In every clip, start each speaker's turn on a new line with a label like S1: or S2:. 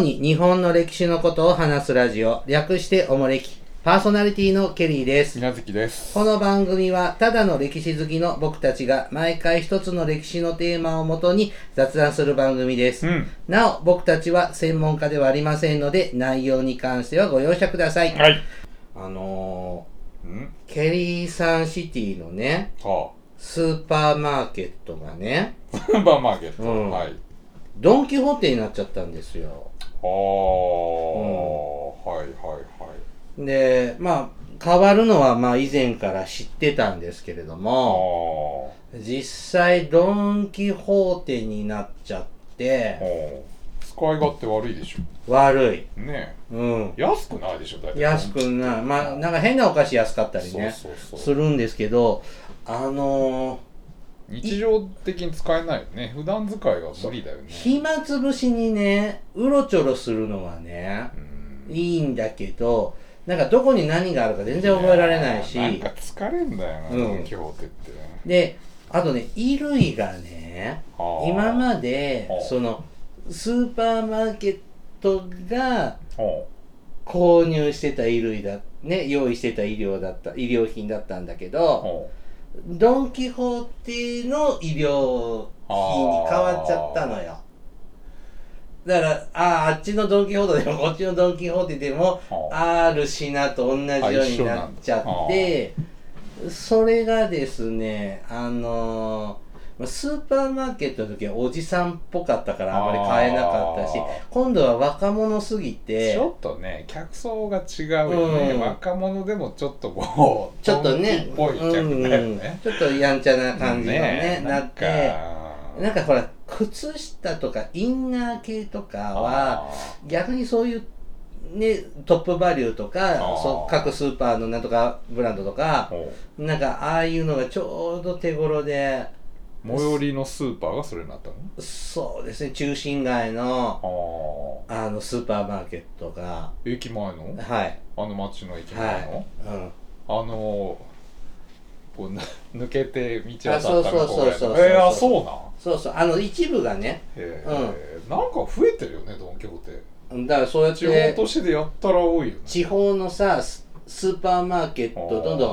S1: に日本の歴史のことを話すラジオ、略しておもれき、パーソナリティのケリーです。
S2: 稲月です。
S1: この番組は、ただの歴史好きの僕たちが、毎回一つの歴史のテーマをもとに雑談する番組です。
S2: うん
S1: なお、僕たちは専門家ではありませんので、内容に関してはご容赦ください。
S2: はい。
S1: あの
S2: うん。
S1: ー、ケリーサンシティのね、
S2: は
S1: スーパーマーケットがね、
S2: あ。 スーパーマーケット。
S1: うん
S2: はい。
S1: ドン・キホーテになっちゃったんですよ。
S2: はあ、はいはいはい。
S1: で、まあ、変わるのは、まあ、以前から知ってたんですけれど
S2: あ
S1: も、実際、ドン・キホーテになっちゃっ
S2: あ。
S1: て、
S2: うん使い勝手悪いでし
S1: 悪い。
S2: ょ。ね
S1: うん。
S2: え。安くないでしょ、大体。
S1: 安くない。まあ、なんか変なお菓子安かったりね、
S2: そうそうそ
S1: す
S2: う。
S1: るんですけど、あのー
S2: 日常的に使えないよね。普段使いは無理だよね。
S1: 暇つぶしにね、うろちょろするのはね
S2: う、ん
S1: いいんだけど、なんかどこに何があるか全然覚えられないし、
S2: なんか疲れんだよな、
S1: う
S2: ド
S1: ん
S2: ン・キホーテって。
S1: で、あとね、衣類がね、
S2: はあ
S1: 今まで
S2: はあ、
S1: その、スーパーマーケットが
S2: は
S1: 購入してた衣類だ、ね、用意してた衣料だった、衣料品だったんだけ
S2: あ
S1: ど、
S2: は
S1: ドン・キホーテの医療品に変わっちゃったのよ。だから、ああ、あっちのドン・キホーテでも、こっちのドン・キホーテでも、
S2: あはあ。
S1: ある品と同じようになっちゃって、それがですね、あのーまあスーパーマーケットの時はおじさんっぽかったからあまり買えなかったし
S2: あー、
S1: 今度は若者すぎて
S2: ち、ょっとね客層が違うよね、
S1: うん
S2: 若者でもちょっとこう
S1: ちょっと
S2: トン
S1: ね、
S2: キっぽい客だよ
S1: うん
S2: ね、
S1: ちょっとやんちゃな感じのね、なって、
S2: て
S1: なんかほら、靴下とかインナー系とかは、
S2: あ
S1: 逆にそういう、ね、トップバリューとか、
S2: あー
S1: そう各スーパーのなんとかブランドとか
S2: ー、も
S1: なんかああいうのがちょうど手頃で、
S2: う最寄りのスーパーがそれになったの
S1: そうですね、中心街の、あの、スーパーマーケットが、
S2: あー駅前の
S1: はい、
S2: あの町の駅前の、
S1: はい。うん
S2: あのーこうな 抜けて道
S1: あ
S2: 渡
S1: そう
S2: った
S1: そう
S2: のこ
S1: そうそう
S2: えー、あそうなん
S1: そうそう、あの、一部がね、
S2: へえ、なんか増えてるよねドン・キホーテ
S1: だからそうやっ
S2: 地方
S1: て、
S2: 都市でやったら多いよね
S1: 地方のさ、ススーパーマーケット、どんどん、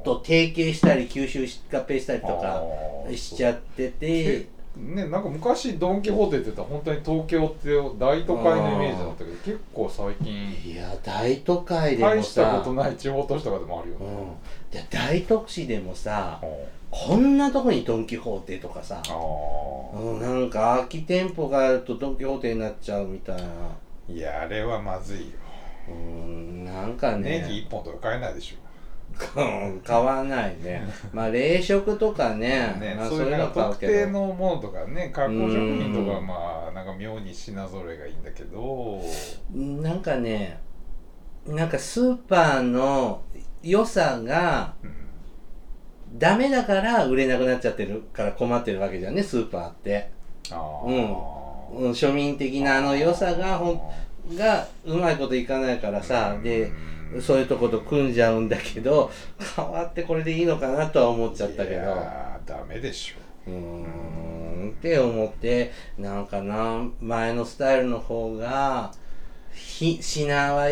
S2: ん
S1: と提携したり吸収し合併したりと
S2: あ
S1: か
S2: ー
S1: しちゃってて
S2: けねなんか昔ドン・キホーテって言ったら本当に東京って大都会のイメージだったけど結構最近
S1: いや大都会でも
S2: 大した
S1: さ
S2: ことない地方都市とかでもあるよ
S1: う
S2: ね、
S1: んで大都市でもさ
S2: あ
S1: こんなとこにドン・キホーテとかさ、
S2: あ
S1: うん、なんか空き店舗があるとドン・キホーテになっちゃうみたいない
S2: やあれはまずいよ
S1: うんなんか
S2: ネ
S1: ね
S2: ギ1本とか買えないでし
S1: うん買わないねまあ冷食とか
S2: ょ、
S1: ね
S2: ね
S1: まあ、
S2: そう
S1: そう
S2: いう
S1: いう
S2: な
S1: の
S2: んか
S1: 買う
S2: 特
S1: け
S2: 定
S1: ど
S2: のものとかね加工食品とかは
S1: うん
S2: まあなんか妙に品揃えがいいんだけど
S1: なんかねなんかスーパーの良さが
S2: うん
S1: ダメだから売れなくなっちゃってるから困ってるわけじゃんねスーパーって、
S2: ああ
S1: うん、庶民的なあの良さがほんがうまいこといかないからさで
S2: うん
S1: そういうとこと組んじゃうんだけど変わってこれでいいのかなとは思っちゃったけ
S2: い
S1: ど
S2: やーダメでしょ
S1: うーんって思ってなんかな前のスタイルの方がひ品は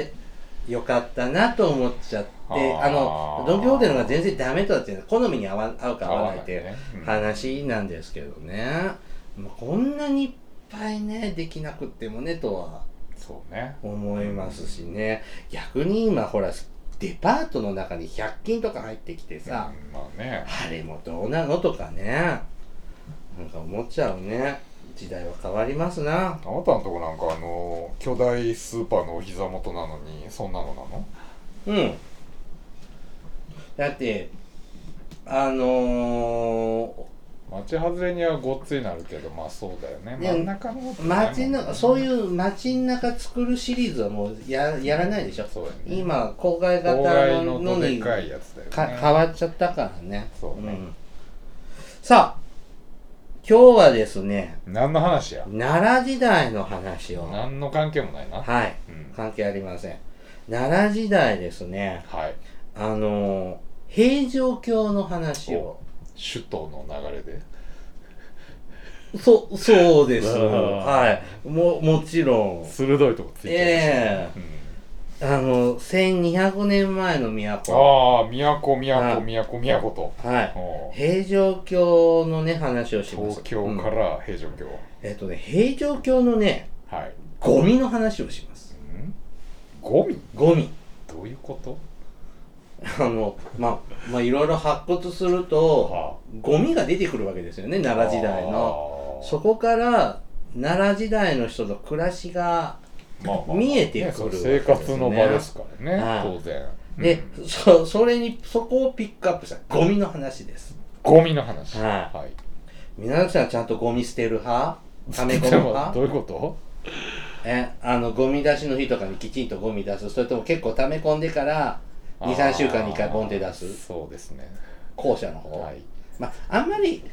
S1: 良かったなと思っちゃって
S2: あー
S1: あのドン・キホーテの方が全然ダメとは言ってない好みに合わ合うか合わないっていう
S2: 合わないねうん
S1: 話なんですけどね、まあこんなにいっぱいねできなくってもねとは
S2: そうね
S1: 思いますしね逆に今ほらデパートの中に100均とか入ってきてさ、
S2: うんまあね
S1: あれもどうなのとかねなんか思っちゃうね時代は変わりますな
S2: あなたのとこなんかあの巨大スーパーのお膝元なのにそんなのなの
S1: うんだってあの
S2: 街外れにはごっついなるけどまあそうだよね
S1: ね
S2: 真ん中の
S1: ー、街のそういうう街の中作るシリーズはもうややらないでしょ
S2: そうやね
S1: 今郊外型
S2: 郊
S1: の
S2: 外の
S1: の
S2: どで
S1: に
S2: かいやつだ
S1: か
S2: よね
S1: 変わっちゃったからね
S2: そうね
S1: んさあ今日はですね
S2: 何の話や
S1: 奈良時代の話を
S2: 何の関係もないな
S1: はい
S2: うん
S1: 関係ありません奈良時代ですね
S2: はい
S1: あのー平城京の話を
S2: 首都の流れで
S1: そそうです
S2: あー
S1: はいももちろん
S2: 鋭いとこついてるし
S1: ええあの1200年前の
S2: うん
S1: 都
S2: ああ都
S1: あ
S2: 都都都と
S1: はい
S2: おう
S1: 平城京のね話をします
S2: 東京か
S1: うん
S2: ら平城京
S1: えっ、とね平城京のね
S2: はい
S1: ゴミの話をします
S2: んゴミ
S1: ゴミ
S2: どういうこと
S1: あのまあまあいろいろ発掘すると
S2: は
S1: ゴミが出てくるわけですよね
S2: あ
S1: 奈良時代の
S2: あー
S1: そこから奈良時代の人の暮らしが
S2: まあまあまあ
S1: 見えてくるわけですね
S2: 生活の場ですからね
S1: はい
S2: 当然
S1: で
S2: うん、
S1: そそれにそこをピックアップしたゴミの話です
S2: ゴミの話
S1: はい皆さんちゃんとゴミ捨てる派溜め込
S2: で
S1: む
S2: も
S1: 派
S2: どういうこと
S1: えあのゴミ出しの日とかにきちんとゴミ出すそれとも結構溜め込んでから23週間に1回ボンって出
S2: あー
S1: す
S2: そうですね
S1: 後者の方、
S2: はい
S1: まああんまりん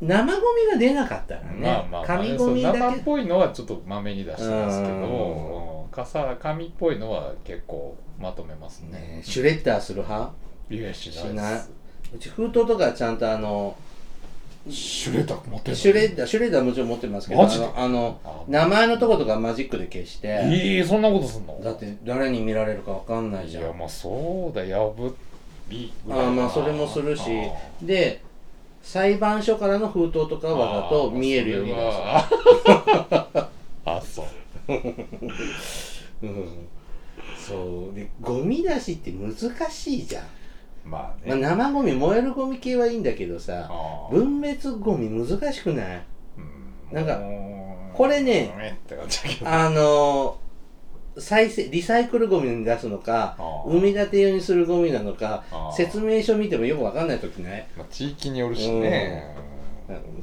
S1: 生ゴミが出なかったらね、
S2: まあまあまあ
S1: 紙ゴミ
S2: そ
S1: だ
S2: う生
S1: け
S2: っぽいのはちょっとまめに出してますけど
S1: うん
S2: うん傘紙っぽいのは結構まとめます
S1: ね
S2: ね
S1: シュレッダーする派
S2: いやし
S1: し
S2: ない
S1: な
S2: で
S1: い
S2: す
S1: うち封筒とかちゃんとあの
S2: シュレッダー持ってる
S1: シュレッダーシュレッダーもちろん持ってますけど
S2: マジで
S1: あのあの
S2: あ
S1: 名前のとことかマジックで消して
S2: ええそんなことすんの
S1: だって誰に見られるかわかんない
S2: い
S1: じゃん
S2: やまあそうだ破りぐらい
S1: あ
S2: か
S1: ー
S2: な
S1: まあそれもするし
S2: あー
S1: で裁判所からの封筒とかはわざと見えるようになさ
S2: あー あそう
S1: うんそうでゴミ出しって難しいじゃん、
S2: まあ
S1: まあ、
S2: ね
S1: 生ゴミ燃えるゴミ系はいいんだけどさ
S2: あー
S1: 分別ゴミ難しくない
S2: うん
S1: なんか
S2: もう
S1: これね
S2: ごめんって感じ だけど
S1: あの再生リサイクルゴミに出すのか
S2: あー
S1: 埋め立て用にするゴミなのか
S2: あー
S1: 説明書見てもよくわかんない時ない
S2: まあ地域によるしね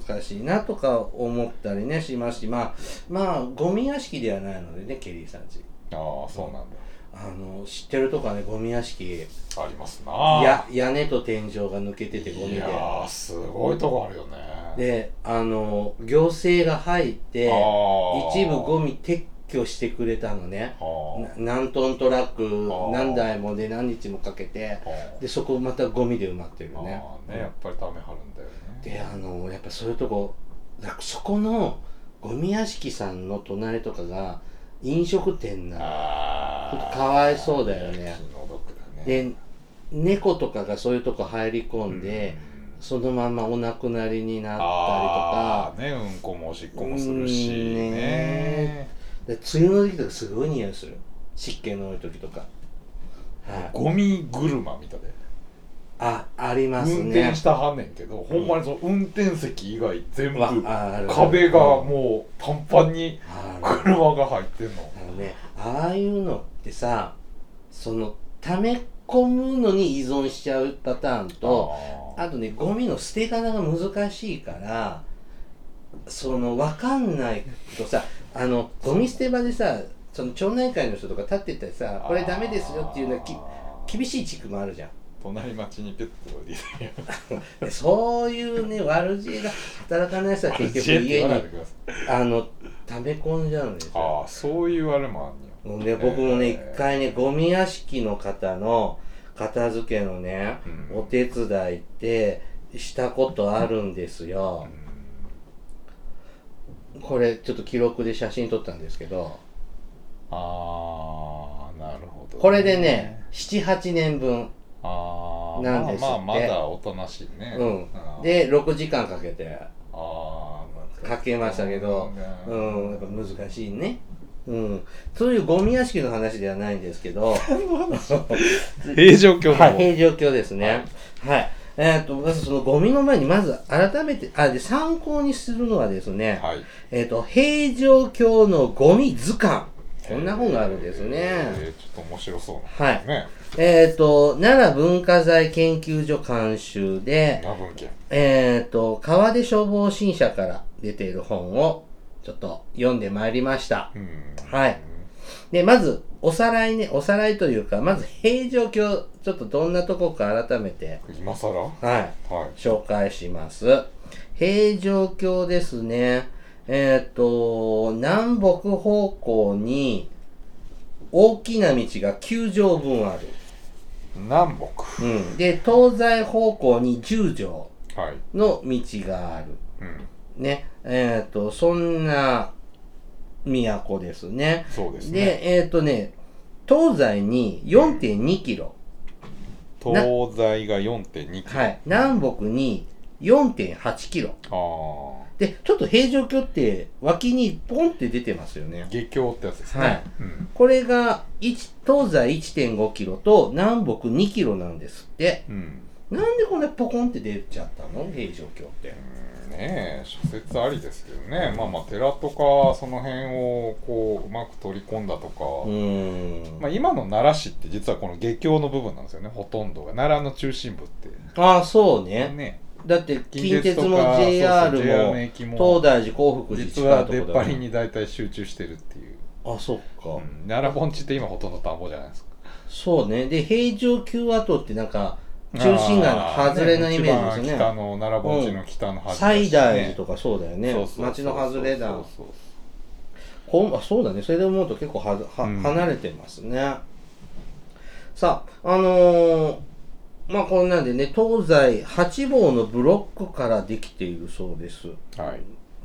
S1: 難しいなとか思ったりねしますしまあまあゴミ屋敷ではないのでねケリーさんち
S2: ああそうなんだ
S1: あの知ってるとかねゴミ屋敷
S2: ありますな
S1: や屋根と天井が抜けててゴミ
S2: い
S1: で
S2: やーすごいとこあるよね
S1: であの行政が入って一
S2: 一
S1: 部ゴミ撤去してくれたのね
S2: あ
S1: な何トントラッ
S2: あ
S1: ク
S2: ー
S1: 何台もで何日もかけて
S2: ーあー
S1: でそこまたゴミで埋まってる
S2: まあ
S1: ね
S2: ねやっぱりためはるんだよね
S1: であのやっぱそういうとこなんかそこのゴミ屋敷さんの隣とかが飲食店な
S2: あ
S1: ちょっ
S2: あ
S1: とかわいそうだよね
S2: 気の毒だ
S1: の
S2: ね
S1: で猫とかがそういうとこ入り込んで、そのままお亡くなりにな
S2: あ
S1: った
S2: あーねうんこもおしっこもするし
S1: うんね
S2: ね
S1: りとかで梅雨の時とかすごい匂いする湿気の多い時とか、はい、
S2: ゴミ車みたいで
S1: ああります
S2: 運
S1: ね
S2: 転したはんねんけどほんまにその運転席以外全部
S1: わある
S2: 壁がもうパンパンに
S1: ある
S2: 車が入ってんの
S1: あのね、ああいうのってさその溜め込むのに依存しちゃうパターンとあ
S2: あ
S1: とねゴミの捨て方が難しいからその分かんないとさあのゴミ捨て場でさその町内会の人とか立ってたりさ
S2: ー
S1: これダメですよっていうのはき厳
S2: い
S1: しい地区もあるじゃん
S2: 隣町にピュッと降りて
S1: でそういうね悪知恵が働か ない人は結局
S2: 教えて
S1: 家
S2: 言わない
S1: に
S2: でください
S1: あの溜め込んじゃうんですよ
S2: ああそういうあれもあんねや
S1: ね、僕もね、一
S2: えー
S1: 回ね、ゴミ屋敷の方の片付けのね、
S2: うん
S1: お手伝いってしたことあるんですよ。これ、ちょっと記録で写真撮ったんですけど、
S2: ああなるほど、
S1: これでね、7、8年分。
S2: ああ
S1: なんですって
S2: まあまあまだおとなしいね
S1: うん
S2: あー
S1: で、6時間かけて
S2: あー
S1: かけましたけど、
S2: う
S1: うんん、やっぱ難しいね。うん。そういうゴミ屋敷の話ではないんですけ ど、
S2: 平常教
S1: はい、平常況ですね。はい。えーっと、まずそのゴミの前に、まず改めて、あ、で、参考にするのはですね、
S2: はい
S1: えーっと、平常況のゴミ図鑑。こんな本があるんですね。
S2: えーちょっと面白そうな
S1: はい。
S2: ね
S1: えーっと、奈良文化財研究所監修で、
S2: な文献
S1: えーっと、川出消防新社から出ている本を、ちょっと読んでまいりました。
S2: うん
S1: はいで、まず、おさらいね、おさらいというか、まず平常況、ちょっとどんなとこか改めて、
S2: 今更は
S1: はい。
S2: い
S1: 紹介します。平城京ですね。えっ、と、南北方向に大きな道が9畳分ある。
S2: 南
S1: うん。で、東西方向に10
S2: 北はい
S1: 畳の道がある。
S2: うん
S1: ね、えっ、と、そんな都ですね。
S2: そうですね
S1: で、えっ、とね、東西に4.2キロ、な
S2: 東西が4.2キロ、
S1: はい、南北に4.8キロ。
S2: あ
S1: で、ちょっと平城京って脇にポンって出てますよね
S2: あ。下京ってやつですね、
S1: はい
S2: うん
S1: これが一東西1.5キロと南北2キロなんですって。
S2: うん、
S1: なんでこれポコンって出ちゃったの平城京って。
S2: うんねえ諸説ありですけどねまあまあ寺とかその辺をこううまく取り込んだとか、
S1: うーん。
S2: まあ、今の奈良市って実はこの下京の部分なんですよねほとんどが奈良の中心部って
S1: ああ、そうね。
S2: ね
S1: だって近鉄
S2: と
S1: も
S2: か
S1: JR
S2: そうそう JR の
S1: も
S2: 駅
S1: 東
S2: も
S1: 大寺、興福寺
S2: 実
S1: 近
S2: はい
S1: とこ
S2: 出
S1: だ
S2: っ
S1: か
S2: 張
S1: ら
S2: りに大体集中してるっていう、
S1: あ、そっか。
S2: うん奈良盆地って今ほとんど田んぼじゃないですか
S1: そうね。で、平城宮跡ってなんか、中心街の外れのイメージですよ
S2: 一
S1: ね。
S2: 番北の奈良盆地の北の端
S1: 西大寺
S2: と
S1: とかそうだよね。町の外れだ。
S2: そう
S1: こんあそうだねそれで思うと結構はは
S2: うん
S1: 離れてますね、さああのーまあこんなんでね東西八方のブロックからできているそうです
S2: そうはい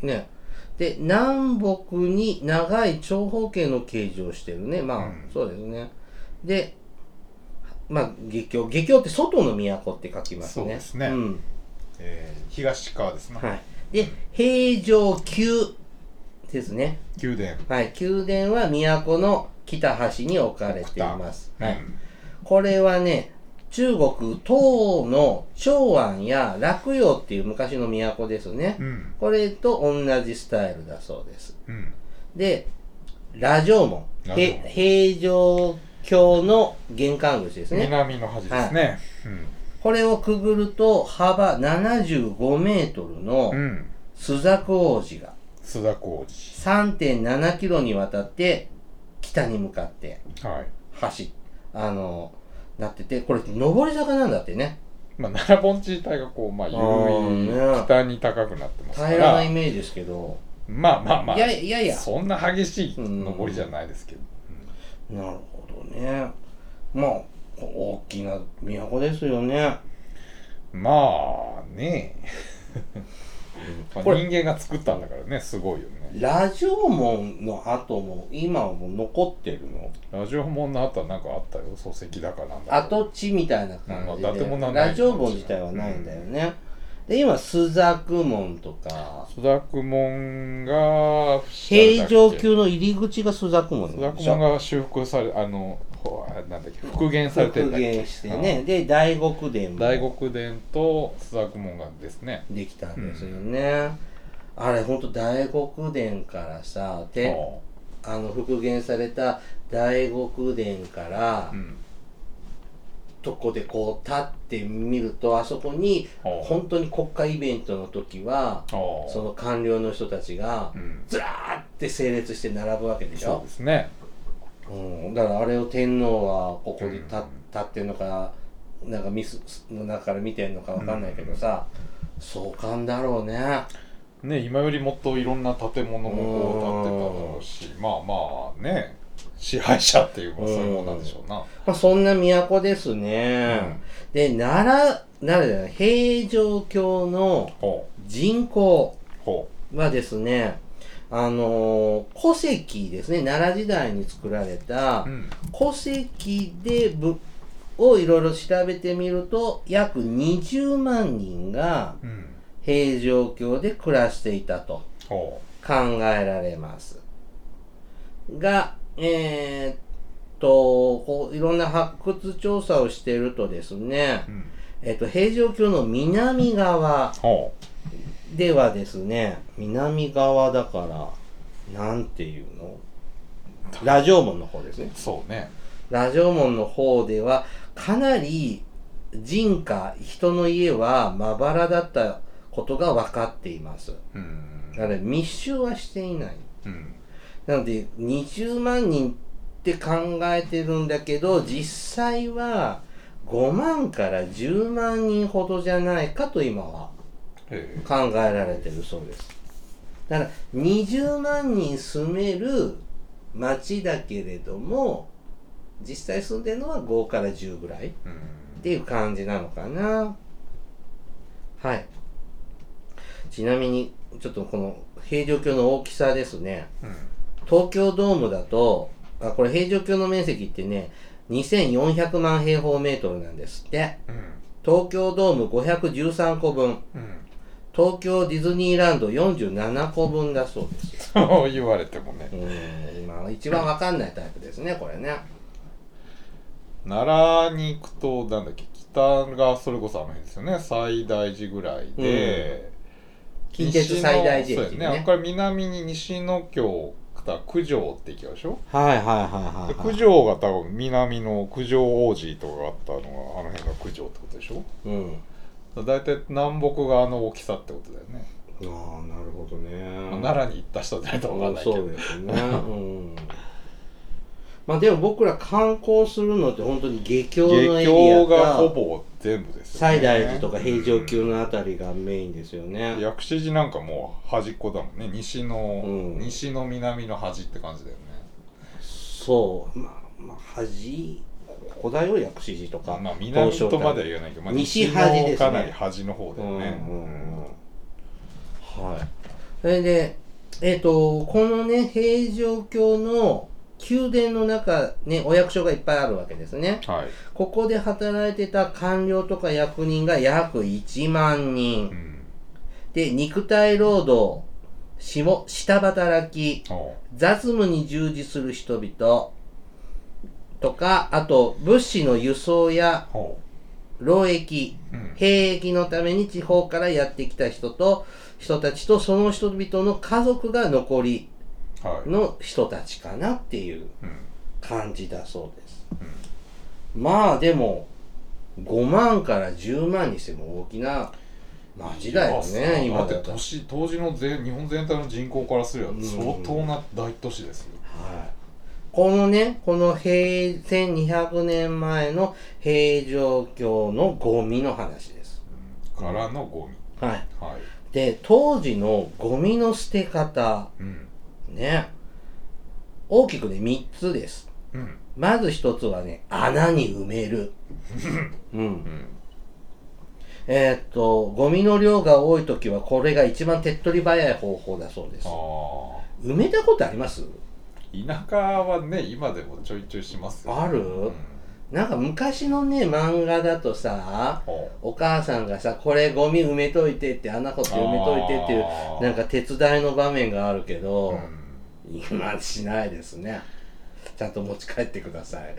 S1: ねで南北に長い長方形の形状をしてるねまあ、
S2: うん
S1: そうですねでまあ下京下京って外の都って書きますね
S2: そうですね
S1: ん
S2: えー東側ですね、
S1: はい、で平城宮ですね
S2: 宮殿
S1: はい、宮殿は都の北端に置かれています。はい、
S2: うん
S1: これはね、中国唐の長安や洛陽っていう昔の都ですね。
S2: うん
S1: これと同じスタイルだそうです。
S2: うん
S1: で、羅城門。
S2: 羅
S1: へ
S2: 城門
S1: 平城京の玄関口ですね。
S2: 南の端ですね、
S1: これをくぐると幅75メートルの
S2: うん、うん、
S1: 朱雀王子が
S2: 須田浩二
S1: 3.7キロにわたって北に向かって
S2: はい。
S1: 橋、あの、なってて、これ、上り坂なんだってね。
S2: まあ、奈良盆地自体がこう、まあ、
S1: あー
S2: 緩
S1: ね
S2: い、北に高くなってますか
S1: 平らな
S2: ら
S1: イ、メージですけど、
S2: まあまあまあ、
S1: いやいやいや、
S2: そんな激しい登りじゃないですけど。
S1: なるほどね。まあ、大きな都ですよね。
S2: うんまあね、まあ
S1: これ
S2: 人間が作ったんだからね、すごいよね。
S1: ラジオ門の後も、今はもう残ってるの
S2: ラジオ門の後はなんかあったよ、礎石だかなんだか。
S1: 跡地みたいな感じ
S2: うんまあ建
S1: で、
S2: 物はない
S1: ラジオ門自体はないんだよね。で、今、朱雀門とか、
S2: 朱雀門が、
S1: 平城
S2: 宮
S1: 宮の入り口が朱雀門
S2: 朱
S1: なんでし
S2: 雀
S1: ょ
S2: 門が修復され、あの、ほあなんだっけ、復元されてるん
S1: 復
S2: だっけ
S1: 元してね。で、大黒殿も。
S2: 大黒殿と朱雀門がですね、
S1: できたんですよね、あれほんと大黒殿からさであの復元された大黒殿から、
S2: うん
S1: とこでこう立ってみるとあそこに
S2: ほう
S1: 本当に国家イベントの時は
S2: ほう
S1: その官僚の人たちが
S2: うん
S1: ずらーって整列して並ぶわけでし
S2: そう
S1: ょ
S2: で、すね
S1: うん、だからあれを天皇はここで立,、
S2: うん
S1: 立ってんのかなんかミスの中から見てんのかわかんないけどさ、壮観だろうね
S2: ね今よりもっといろんな建物もこう建ってただろうしまあまあね支配者っていうか
S1: う
S2: そ
S1: ん
S2: ういうもんなんでしょうな、
S1: まあ、そんな都ですね。で、奈良、奈良じゃない、平城京の
S2: ほ
S1: 人口
S2: うほ
S1: はですね、あのー古籍ですね、奈良時代に作られた
S2: う、うん、
S1: 古籍でぶをいろいろ調べてみると、約20万人が
S2: うん、
S1: 平城京で暮らしていたと。
S2: ほ
S1: 考えられます。が、えーっと、こういろんな発掘調査をしているとですね
S2: う、う、ん、
S1: えっと、平城京の南側
S2: ほ
S1: ではですね、南側だから、なんていうのラジオ門の方ですね
S2: う。そうね
S1: ラジオ門の方では、かなり人家、人の家はまばらだったことが分かっています。
S2: うん
S1: だから密集はしていない。
S2: うん
S1: なので20万人って考えてるんだけど実際は5万から10万人ほどじゃないかと今は
S2: え
S1: 考えられてるそうですだから20万人住める町だけれども実際住んでるのは5から10ぐらい
S2: えう
S1: っ
S2: ん
S1: ていう感じなのかなはいちなみにちょっとこの平城京の大きさですね。
S2: うん
S1: 東京ドームだと、あこれ平城京の面積ってね、2400万平方メートルなんですって。
S2: うん
S1: 東京ドーム513個分、
S2: うん
S1: 東京ディズニーランド47個分だそうです。
S2: そう言われてもね
S1: うーん、まあ一番わかんないタイプですね、これね。
S2: 奈良に行くとなんだっけ北がそれこそあの辺ですよね最大寺ぐらいで、
S1: 近鉄最大
S2: 西
S1: 寺
S2: の
S1: 駅
S2: そう
S1: ね。
S2: ですねこれ南に西の京から九条って駅があるでしょ
S1: はいはいはい
S2: で
S1: はい、は
S2: 九
S1: い。
S2: 条が多分南の九条王子とかがあったのがあの辺が九条ってことでしょ
S1: うん。
S2: だから大体南北があの大きさってことだよね、
S1: ああ、なるほどね。
S2: まあ奈良に行った人じゃないと分かんないけど
S1: そうです ね。うん。まあでも僕ら観光するのって本当に下京の
S2: 下
S1: エリア
S2: 京がほ
S1: が
S2: ぼ全部ですよね
S1: 西大寺とか平城宮のあたりがメインですよね。
S2: 薬師寺なんかもう端っこだもんね西の、
S1: うん
S2: 西の南の端って感じだよね
S1: そう。まあ、まあ、端、ここだよ、薬師寺とか。
S2: まあ南とまで
S1: 東照
S2: は言えないけど、まあ、
S1: 西端ですね
S2: 西のかなり端の方だ
S1: 宮
S2: よね、
S1: うんうん
S2: うん
S1: うん。はい。それで、えっ、と、このね、平城京の宮殿の中、ね、お役所がいっぱいあるわけですね。
S2: はい、
S1: ここで働いてた官僚とか役人が約1万
S2: う
S1: 人。
S2: ん、
S1: で、肉体労働、下、下働き、
S2: おう
S1: 雑務に従事する人々とか、あと、物資の輸送や
S2: お
S1: 労役、
S2: ううん
S1: 兵役のために地方からやってきた人と、人たちとその人々の家族が残り
S2: はい、
S1: の人たちかなっていう
S2: うん
S1: 感じだそうです。まあでも、5万から10万にしても大きな町だよね、
S2: いや
S1: 今
S2: だっ
S1: だ
S2: て
S1: と。
S2: 都
S1: はい。
S2: 市当時の全日本全体の人口からすれば
S1: うん
S2: 相当な大都市ですよ、
S1: このね、この平、1200年前の平城京のゴミの話です。
S2: からのゴミ
S1: はい。
S2: はい、
S1: で、当時のゴミの捨て方、
S2: うん
S1: ね、大きくね、3つです。
S2: うん
S1: まず1つはね、穴に埋め る。うん
S2: う。ん
S1: えーっと、ゴミの量が多い時はこれが一番手っ取り早い方法だそうです。
S2: あ
S1: 埋めたことあります
S2: あ田舎はね今でもちょいちょいしますよ、
S1: ある
S2: うん、
S1: なんか昔のね、漫画だとさ、
S2: ほ
S1: お母さんがさ、これゴミ埋めといてって、あんなこと埋めといてってい
S2: あ
S1: う、
S2: ー
S1: なんか手伝いの場面があるけ
S2: うう
S1: ど、
S2: ん
S1: 今しないですね。ちゃんと持ち帰ってください。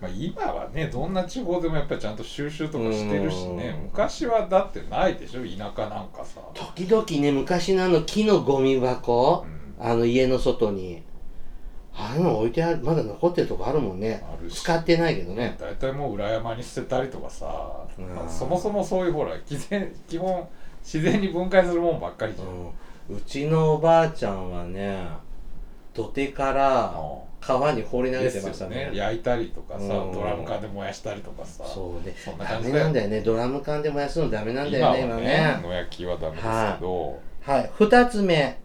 S2: まあ、今はねどんな地方でもやっぱりちゃんと収集とかしてるしね
S1: うん
S2: 昔はだってないでしょ田舎なんかさ、
S1: 時々ね、昔のあの木のゴミ箱
S2: う、ん、
S1: あの家の外に、あれの置いてある、まだ残ってるとこあるもんね。
S2: あるし
S1: 使ってないけどね。
S2: 大体もう裏山に捨てたりとかさ、
S1: うん
S2: まあそもそもそういうほら基然基本自然に分解するもんばっかりじゃん、
S1: うんうちのおばあちゃんはね土手から川に放り投げ
S2: で
S1: て
S2: す
S1: ました
S2: よ
S1: ね
S2: ね焼いたりとかさ、
S1: うん
S2: ドラム缶で燃やしたりとかさ
S1: そうで
S2: そんな
S1: ダ
S2: 感
S1: メ
S2: じだよ
S1: なんだよねドラム缶で燃やすのダメなんだ
S2: 今
S1: よ
S2: は
S1: ね
S2: ね
S1: 今ね
S2: 野焼きはダメですけど、
S1: はい2つ目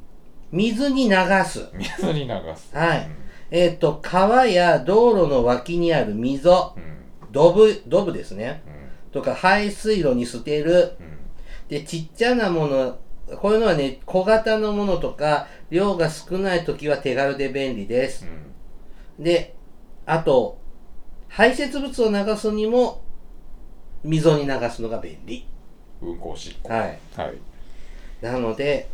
S1: 水に流す
S2: 水に流す
S1: はいえっ、と川や道路の脇にある溝
S2: うんうん
S1: ドブドブですね
S2: うん
S1: とか排水路に捨てるでちっちゃなものこういうのはね小型のものとか量が少ない時は手軽で便利です
S2: うんうん
S1: で、あと、排泄物を流すにも、溝に流すのが便利。
S2: うんこおしっこ
S1: はい。
S2: はい
S1: なので、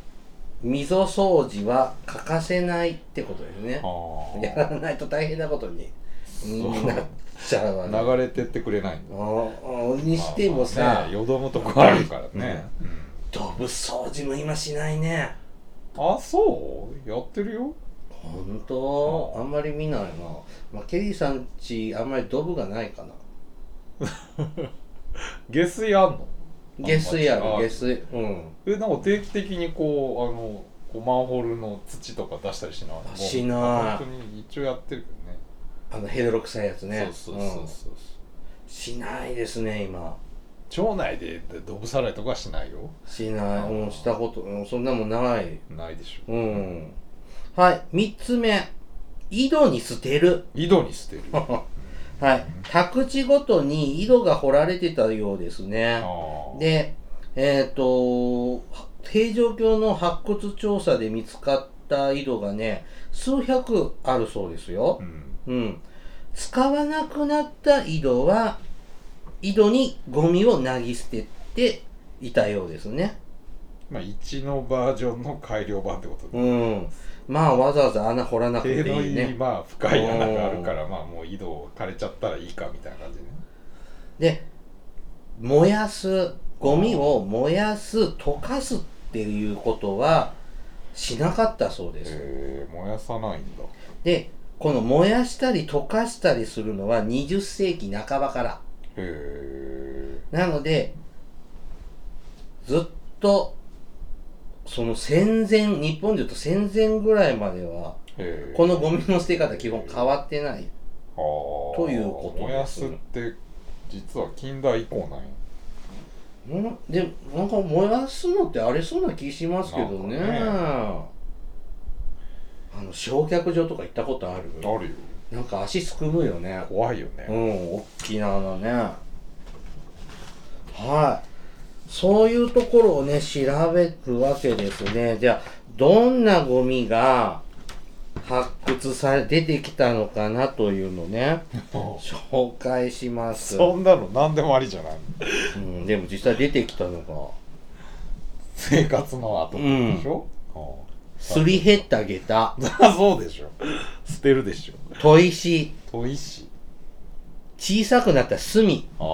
S1: 溝掃除は欠かせないってことですね
S2: あ。ー
S1: やらないと大変なことに
S2: そう
S1: なっちゃうわね。
S2: 流れてってくれないんだ
S1: ああにしても
S2: まあまあ
S1: さ
S2: ね、よどむとこあるからね、
S1: ドブ掃除も今しないね。
S2: あそうやってるよ
S1: ほんとあんまり見ないな。まあ、ケリーさんち、あんまりドブがないかな。
S2: 下水あんの
S1: 下水ある、
S2: あ
S1: 下水。うん。
S2: えなんか定期的にこうあのこうマンホールの土とか出したりしない
S1: あ
S2: もう
S1: しない
S2: 本当に一応やってるけ
S1: あの、ヘドロ臭いやつ
S2: どね
S1: ね。
S2: そうそうそうそう、
S1: んしないですね今
S2: 町内でドブさらいとかはしないよ
S1: しな
S2: あ
S1: い
S2: ー
S1: うんしたこと、うん、そんなもんない
S2: ないでしょ
S1: うんはい3つ目井戸に捨てる
S2: 井戸に捨てるあ
S1: はい宅地ごとに井戸が掘られてたようですね
S2: あ
S1: でえっ、と平城京の発掘調査で見つかった井戸がね数百あるそうですよ、
S2: うん
S1: うん、使わなくなった井戸は井戸にゴミを投げ捨てていたようですね
S2: まあ1のバージョンの改良版ってことで
S1: うんまあわざわざ穴掘らなくてい
S2: 程度
S1: い
S2: いい
S1: ね
S2: まあ深い穴があるからまあもう井戸枯れちゃったらいいかみたいな感じね
S1: で燃やすゴミを燃やす溶かすっていうことはしなかったそうです、
S2: へえ燃やさないんだ
S1: でこの燃やしたり溶かしたりするのは20世紀半ばから
S2: へえ
S1: なのでずっとその戦前日本でいうと戦前ぐらいまでは
S2: へえ
S1: このゴミの捨て方基本変わってない
S2: と
S1: ということ
S2: 燃や
S1: です
S2: すって実は近代以降なんや
S1: んでなんか燃やすのってあれそうな気しますけどね
S2: なんかね
S1: あの焼却場とか行ったことある
S2: あるよ
S1: なんか足すくむよね
S2: 怖いよね、
S1: うん、大きな穴ね。はい。そういうところをね、調べるわけですね。じゃあ、どんなゴミが発掘され、出てきたのかなというのね、紹介します。
S2: そんなの何でもありじゃない
S1: うん、でも実際出てきたのが、
S2: 生活の跡でしょ、
S1: すり減った下駄、
S2: あ そうでしょ捨てるでしょ
S1: 砥石、
S2: 砥石
S1: 小さくなった炭、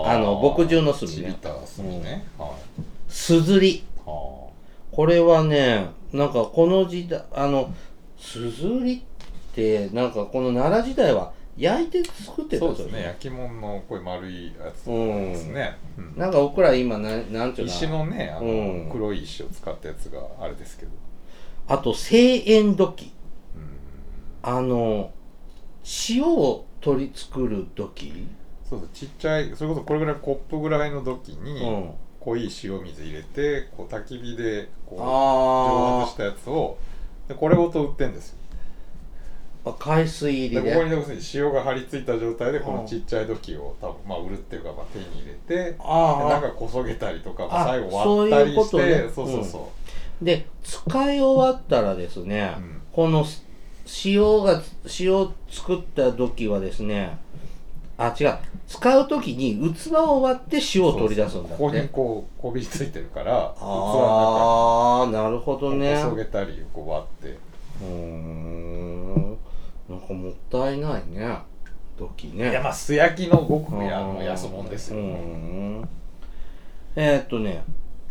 S1: あの、牧場の炭
S2: ちび
S1: ね
S2: っ。た炭ね、はい
S1: すずり。
S2: は
S1: これはねなんかこの時代あのすずりってなんかこの奈良時代は焼いて作って
S2: あ
S1: た
S2: そうですね焼き物のこういう丸いやつ
S1: うん
S2: ですね、うん
S1: なんか僕ら今ななんていう
S2: 石
S1: の
S2: のねあの、
S1: うん
S2: 黒い石を使ったやつがあれですけど、
S1: あと製塩土器
S2: うん、
S1: あの塩を取り作る土器
S2: そうそうちっちゃいそれこそこれぐらいコップぐらいの時
S1: う
S2: に、
S1: ん
S2: 濃い塩水入れてこう焚き火でこう蒸
S1: あ
S2: 発したやつをでこれごと売ってんですよ
S1: ーあ海水入
S2: で
S1: り
S2: こ
S1: で
S2: こに要するに塩が張り付いた状態でこ
S1: うん
S2: のちっちゃい土器を多分まあ売るっていうかまあ手に入れてでな
S1: あー
S2: んかこそげたりとか
S1: あ
S2: 最後割ったりして
S1: そういうこ
S2: そ
S1: と
S2: う
S1: ね
S2: そうそ
S1: で使い終わったらですね、
S2: う、うん
S1: この塩が塩を作った時はですねあ違う使う時に器を割って塩を取り出すんだって
S2: ここにこうこびりついてるから器
S1: あ
S2: の
S1: あなるほど
S2: 中
S1: ね
S2: にこそうげたりこう割って
S1: ーんなんかもったいないね時ね
S2: いやまあ素焼きのごくやもう安物ですよ、
S1: うーんえー、っとね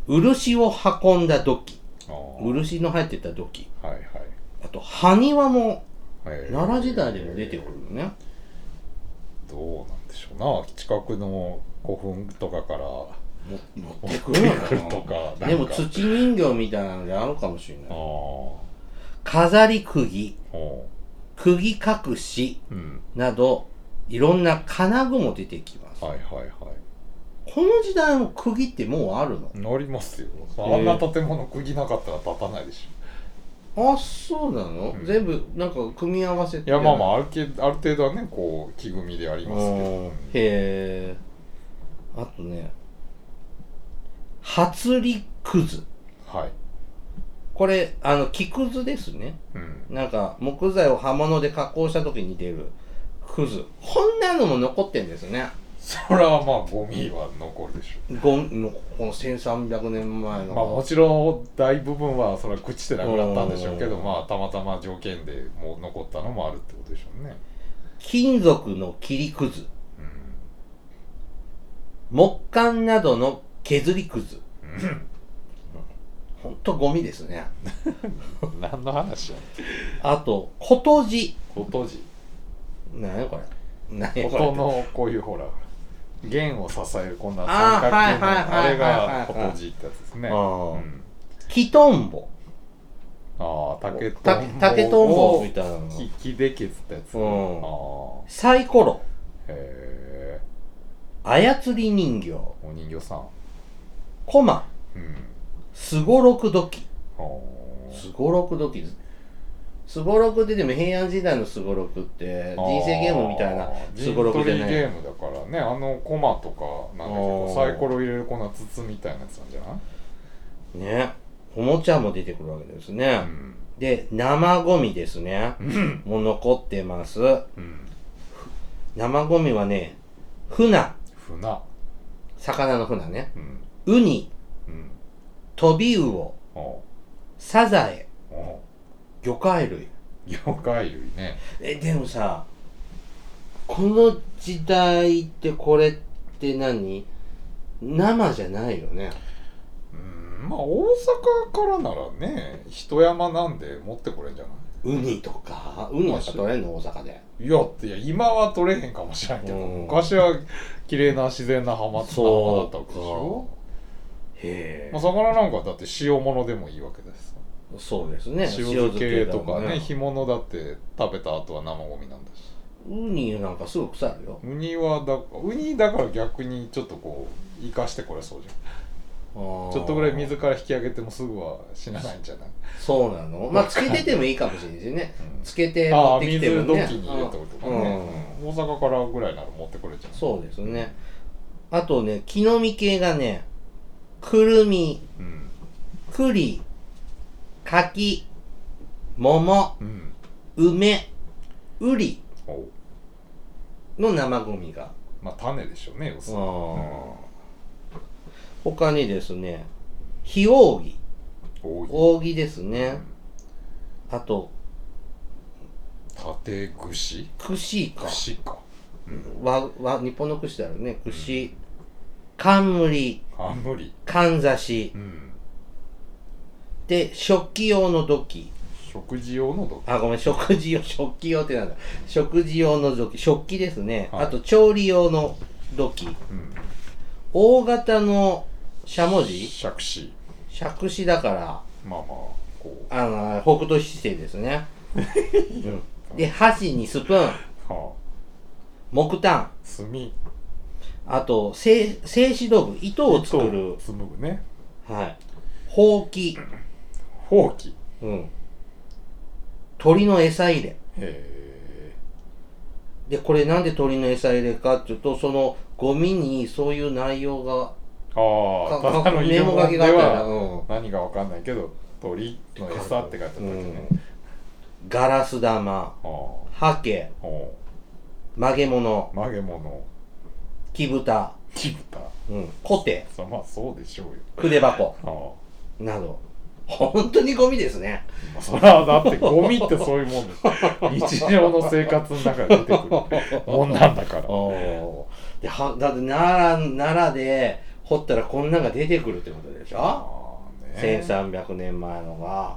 S1: 漆を運んだ土器
S2: あー
S1: 漆の入ってた土器
S2: はいはい
S1: あと埴輪も
S2: へー
S1: 奈良時代でも出てくるのね
S2: どうなんでしょうな近くの古墳とかから
S1: も持って
S2: 持
S1: く
S2: っ
S1: る
S2: て
S1: のか
S2: くる
S1: な
S2: とかなんか
S1: でも土人形みたいなのであるかもしれ
S2: ああ
S1: ない。飾り釘、
S2: ほ
S1: 釘隠し
S2: ううん
S1: など、いろんな金具も出てきます。
S2: はいはいはい
S1: この時代の釘ってもうあるの
S2: 乗りますよあんな建物釘なかったら立たないでし
S1: あ、そうなの、
S2: うん
S1: 全部なんか組み合わせ
S2: ょいやまあま
S1: あ。
S2: ああるけある程度はねこう木組みでありますけど
S1: へえ。あとね、初りくず。
S2: はい、
S1: これ、あの、木くずですね。
S2: うん、
S1: なんか木材を刃物で加工した時に出るくず。こんなのも残ってんですね。
S2: それはまあゴミは残るでしょ
S1: ゴンのこの1300年前
S2: う
S1: の、
S2: まあもちろん大部分はそれは朽ちてなくなったんでしょうけど
S1: うん
S2: まあたまたま条件でもう残ったのもあるってことでしょうね
S1: 金属の切りくず
S2: うん
S1: 木管などの削りくず
S2: うん
S1: ほんとゴミですね
S2: 何の話やね
S1: あとことじ
S2: んことじ
S1: 何やこれ何やこ
S2: 音
S1: れ
S2: のこういうほら弦を支えるこんな
S1: あー
S2: 三角形の
S1: はいはい
S2: あ
S1: はい
S2: れ
S1: はい
S2: が
S1: はいはい
S2: ことじってやつですね、
S1: あー
S2: うん
S1: 木とんぼ
S2: ああ竹と
S1: た
S2: んぼ
S1: 竹とんぼみ
S2: を
S1: たいなの
S2: 木木で削ったやつ、
S1: うん
S2: ああ
S1: サイコロ
S2: へえ
S1: 操り人形
S2: お人形さん
S1: コマ
S2: うん
S1: すごろく土器
S2: あ
S1: すごろく土器ですすごろくってでも平安時代のすごろくって人生ゲームみたいなすごろくじゃ
S2: な
S1: ないい
S2: ゲームだからねあのコマとかなんだけど
S1: あー
S2: サイコロ入れるこんな筒みたいなやつなんじゃない
S1: ねおもちゃも出てくるわけですね。
S2: うん
S1: で、生ゴミですね。
S2: うん
S1: もう残ってます。
S2: うん
S1: 生ゴミはね、船、
S2: 船
S1: 魚の船ね。
S2: うん
S1: ウニ、
S2: うん
S1: トビウオ、
S2: お
S1: サザエ、
S2: うおう
S1: 魚介類。
S2: 魚介類ね
S1: え、でもさ、この時代ってこれって何生じゃないよね。
S2: うんまあ大阪からならね人山なんで持ってこれんじゃな
S1: ウニとか、ウニは取れんの大阪で。
S2: いいやっていや今は取れへんかもしれんけど、
S1: うん
S2: 昔は綺麗な自然な浜浜だった
S1: そう
S2: わけでしょ、
S1: へ
S2: まあ、魚なんかだって塩物でもいいわけです
S1: そうですね。
S2: 塩漬けと
S1: 塩
S2: か
S1: 漬
S2: ね
S1: け
S2: 干物だって食べた後は生ゴミなんだし
S1: ウニなんかすぐ腐るよ。
S2: ウニはだウニだから逆にちょっとこう生かしてこれそうじゃ
S1: ち
S2: ん
S1: ょ
S2: ちょっとぐらい水から引き上げてもすぐは死なないんじゃない、
S1: そうなのまあ、つけててもいいかもしれないですね。
S2: うん
S1: つけて
S2: あ
S1: 持
S2: あ
S1: ってきても
S2: 水
S1: ね。
S2: 土器に入れてことかね、大阪からぐらいなら持ってこれちゃ
S1: うんそうですね。あとね、木の実系がね、くるみ、
S2: ううん
S1: 栗、柿、桃、
S2: うん
S1: 梅、うり
S2: おう
S1: の生ゴミが。
S2: まあ種でしょうね要するに
S1: 他にですね、ひおうぎ、
S2: 多い
S1: 扇です
S2: う
S1: ね
S2: ん。
S1: あと、
S2: 縦串
S1: 串か。
S2: 串か
S1: わ、わ、日本の串だよね。串、冠、
S2: あ無理
S1: かんざし
S2: う、ん
S1: で、食器用の土器。
S2: 食事用のど
S1: あ、ごめん、食事用、食器用ってなんだ。食事用の土器、食器ですね。
S2: はい
S1: あと、調理用の土器。
S2: うん
S1: 大型のしゃもじ
S2: 杓子
S1: 杓子だから、
S2: まあまあこ
S1: あの、北斗七星です ね。うんで、箸にスプーン、
S2: うは
S1: 木炭、
S2: あ炭
S1: あと、製製紙道具、糸を作る
S2: と、紡ぐね
S1: はい。ほうき、
S2: ほうきへ
S1: うん。鳥の餌入れ。
S2: え
S1: で、これなんで鳥の餌入れかっていうと、そのゴミにそういう内容が
S2: ああ
S1: か
S2: ただ
S1: か
S2: の
S1: メ
S2: 色
S1: モ
S2: 物
S1: 書き
S2: で
S1: があったら、
S2: は
S1: うん
S2: 何かわかんないけど鳥の餌って書いてあった
S1: う
S2: 時ね
S1: ん、ガラス玉
S2: ああ
S1: ハケ
S2: お
S1: 曲げ物
S2: う曲げ物
S1: 木蓋、
S2: 切った
S1: うん、コテ
S2: そまあそうでしょうよ
S1: 筆箱
S2: ああ
S1: など本当にゴミですね
S2: まあそれはだってゴミってそういうもんです日常の生活の中で出てくるもんなんだから
S1: おーではだって奈良奈良で掘ったらこんなんが出てくるってことでしょ、
S2: あね
S1: 1300年前のが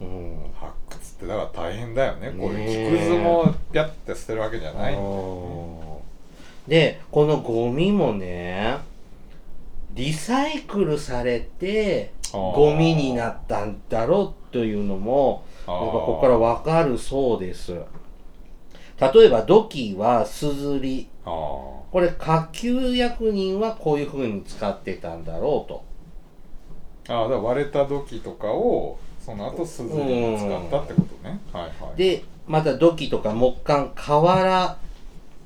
S1: うん
S2: 発掘ってだから大変だよねこう
S1: ね
S2: い
S1: え
S2: う木くずもピャッて捨てるわけじゃない
S1: おーでこのゴミもねリサイクルされてゴミにな
S2: って
S1: ったんだろうというのもなんかここからわかるそうです例えば土器はすずり
S2: あー
S1: これ下級役人はこういうふうに使ってたんだろうと
S2: あーだから割れた土器とかをその後すずりに使ったってことねはいはい
S1: でまた土器とか木管瓦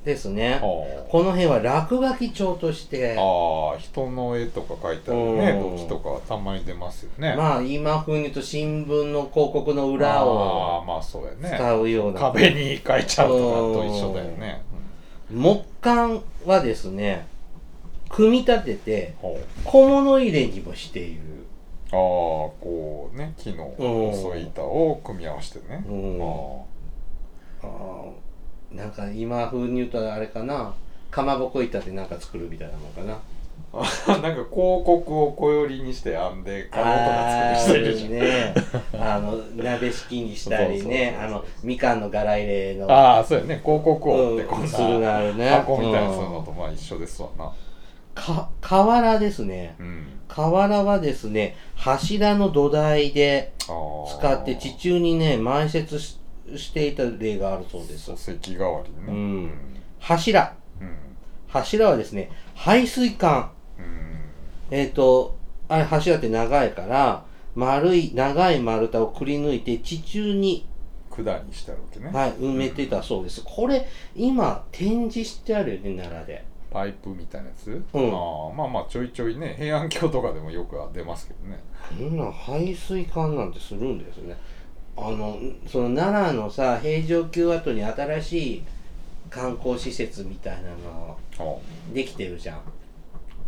S1: ですね
S2: あー
S1: この辺は落書き帳として
S2: あー人の絵とか書いてあるね
S1: うん
S2: 土器とかたまに出ますよね
S1: まあ今風に言うと新聞の広告の裏
S2: あ
S1: を
S2: ーまあそうやね
S1: 使うような
S2: 壁に書いちゃうとかと一緒だよね。
S1: 木管はですね組み立てて
S2: ほう
S1: 小物入れにもしている
S2: ああこうね木の細い板を組み合わせてね。
S1: うん
S2: あ
S1: あーなんか今風に言うとあれかなかまぼこ板ってなんか作るみたいなもんかな
S2: ー なんか広告を小寄りにして編んでカモとか作る人いるじゃん。
S1: ねあの鍋敷きにしたりね
S2: そうそうそうそう
S1: あのみかんの柄入れの
S2: ああそうやね広告をってこ
S1: うんんする
S2: な
S1: のあるね
S2: 箱みたいなそういうのとまあ一緒ですわな。
S1: か瓦ですね
S2: うん。
S1: 瓦はですね柱の土台で使
S2: 使
S1: って地中にね埋設ししていた例があるそうです
S2: 礎石代わ
S1: う
S2: りにね。
S1: ん柱
S2: うん
S1: 柱はですね排水管
S2: うん
S1: えっ、と、あれ、柱って長いから、丸い、長い丸太をくり抜いて、地中に、
S2: 管にしてあるわけね。
S1: はい、埋めてたそうです。これ、今、展示してあるよね、奈良で。
S2: 確パイプみたいなやつ、
S1: うん
S2: ああまあまあちょいちょいね平安京とかでもよくは出ますけどね
S1: そんなん排水管なんてするんですねあのその奈良のさ平城宮跡に新しい観光施設みたいなの
S2: ああ
S1: できてるじゃん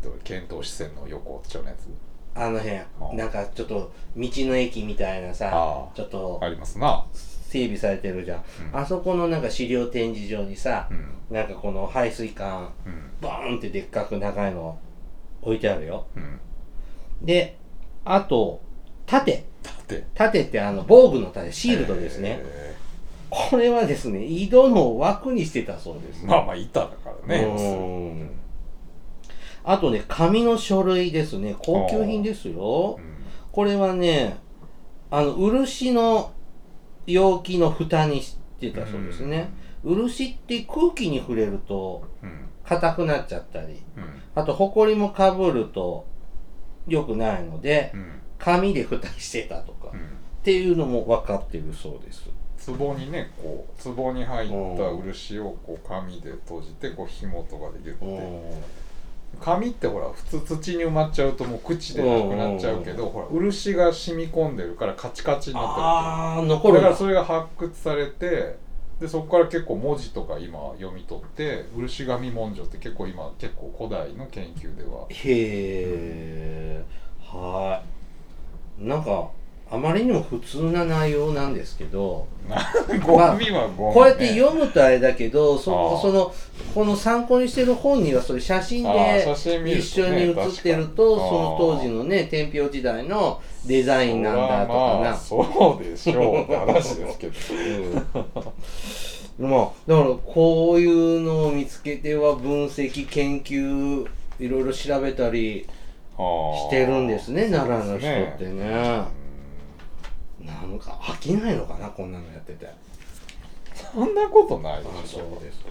S2: どう遣唐使線の横っちょのやつ
S1: あの辺なんかちょっと道の駅みたいなさ
S2: あ
S1: ちょっと
S2: ありますな
S1: 整備されてるじゃん、
S2: うん
S1: あそこのなんか資料展示場にさ
S2: う、ん
S1: なんかこの排水管
S2: うん
S1: バーンってでっかく長いの置いてあるよ
S2: うん
S1: であと盾
S2: だって
S1: 盾ってあの防具の盾シールドですね、
S2: え
S1: これはですね井戸の枠にしてたそうです
S2: ーまあまあ板だからね要するに
S1: うんあとね紙の書類ですね高級品ですよ
S2: うん
S1: これはねあの漆の容器の蓋にしてたそうですね、漆って空気に触れると
S2: うん
S1: 硬くなっちゃったり
S2: うん
S1: あとホコリもかぶると良くないので
S2: うん
S1: 紙で蓋してたとか、
S2: う
S1: っ
S2: ん
S1: ていうのも分かってるそうです
S2: 壺にねこう壺に入った漆をこう紙で閉じてこう紐とかでギュッて紙ってほら普通土に埋まっちゃうともう口でなくなっちゃうけどほら漆が染み込んでるからカチカチになってるわけ
S1: ああ残る
S2: だ
S1: ん
S2: から
S1: だ
S2: それが発掘されてでそこから結構文字とか今読み取って漆紙文書って結構今結構古代の研究では
S1: へえ、はいなんかあまりにも普通な内容なんですけど
S2: ゴミはゴミ、
S1: こ
S2: ね、
S1: うやって読むとあれだけど
S2: あ
S1: そ
S2: ー
S1: そのこの参考にしてる本にはそれ写真で
S2: あー写真見るとね
S1: 一緒に写ってると
S2: 確
S1: そ
S2: かに
S1: の当時のね天平時代のデザインなんだとかな。
S2: そらまあそうでしょうって話ですけど
S1: うん、まあだからこういうのを見つけては分析研究いろいろ調べたりしてるんですね奈良の人ってねなんか飽きないのかなこんなのやってて
S2: そんなことないでしょ
S1: そうですか